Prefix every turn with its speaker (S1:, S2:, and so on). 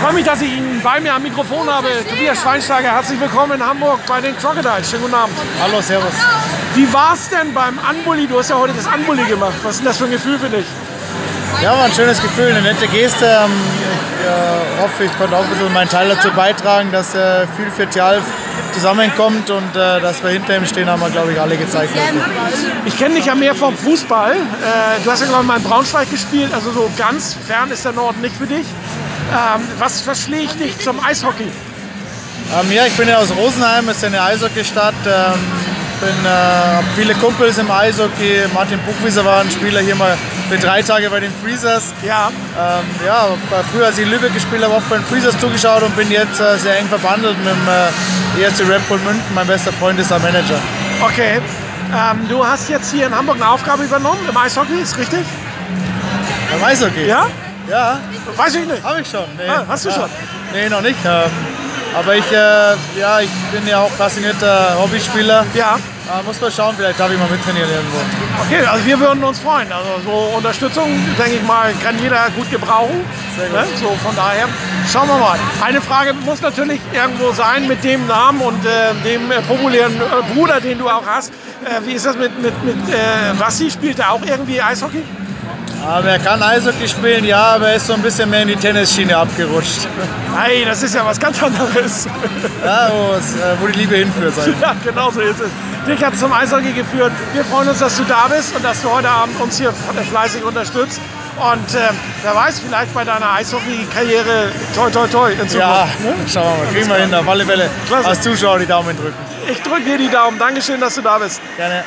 S1: freue mich, dass ich ihn bei mir am Mikrofon habe. Tobias Schweinsteiger, herzlich willkommen in Hamburg bei den Crocodiles. Schönen guten Abend.
S2: Hallo, Servus.
S1: Wie war es denn beim Unbully? Du hast ja heute das Unbully gemacht. Was ist denn das für ein Gefühl für dich?
S2: Ja, war ein schönes Gefühl, eine nette Geste. Ähm, Ich äh, hoffe, ich konnte auch ein bisschen meinen Teil dazu beitragen, dass äh, viel Fetial zusammenkommt und äh, dass wir hinter ihm stehen, haben wir, glaube ich, alle gezeigt. Ähm,
S1: Ich kenne dich ja mehr vom Fußball. Äh, du hast ja gerade mal in Braunschweig gespielt. Also so ganz fern ist der Norden nicht für dich. Ähm, was verschlägt dich zum Eishockey?
S2: Ähm, ja, ich bin ja aus Rosenheim, ist ja eine Eishockeystadt. Ähm, bin, äh, hab viele Kumpels im Eishockey. Martin Buchwieser war ein Spieler hier mal für drei Tage bei den Freezers.
S1: Ja,
S2: Ähm, ja, war früher als ich in Lübeck gespielt habe, oft bei den Freezers zugeschaut und bin jetzt äh, sehr eng verbandelt mit dem äh, ERC Red Bull München. Mein bester Freund ist der Manager.
S1: okay. Ähm, du hast jetzt hier in Hamburg eine Aufgabe übernommen im Eishockey, ist richtig?
S2: Beim Eishockey?
S1: Ja?
S2: Ja,
S1: Weiß ich nicht.
S2: habe ich schon. Nee.
S1: Ah, hast du
S2: ja.
S1: schon?
S2: Nee, noch nicht. Ähm, aber ich, äh, ja, ich bin ja auch passionierter Hobbyspieler.
S1: Ja.
S2: Äh, muss mal schauen, vielleicht darf ich mal mittrainieren irgendwo.
S1: Okay, also wir würden uns freuen. Also so Unterstützung, denke ich mal, kann jeder gut gebrauchen.
S2: Sehr gut.
S1: Ne? So von daher schauen wir mal. Eine Frage muss natürlich irgendwo sein mit dem Namen und äh, dem äh, populären äh, Bruder, den du auch hast. Äh, wie ist das mit, mit, mit äh, Bassi? Spielt er auch irgendwie Eishockey?
S2: Aber er kann Eishockey spielen, ja, aber er ist so ein bisschen mehr in die Tennisschiene abgerutscht.
S1: Nein, das ist ja was ganz anderes.
S2: Ja, wo, es, äh, wo die Liebe hinführt, sag ich.
S1: ja, genau so ist es. Dich hat zum Eishockey geführt. Wir freuen uns, dass du da bist und dass du heute Abend uns hier fleißig unterstützt. Und äh, wer weiß, vielleicht bei deiner Eishockey-Karriere toi toi toi in Zukunft.
S2: Ja,
S1: ne?
S2: schauen wir mal, kriegen wir hin, auf alle Fälle.
S1: Klasse.
S2: Als Zuschauer die Daumen drücken.
S1: Ich drücke dir die Daumen. Dankeschön, dass du da bist.
S2: Gerne.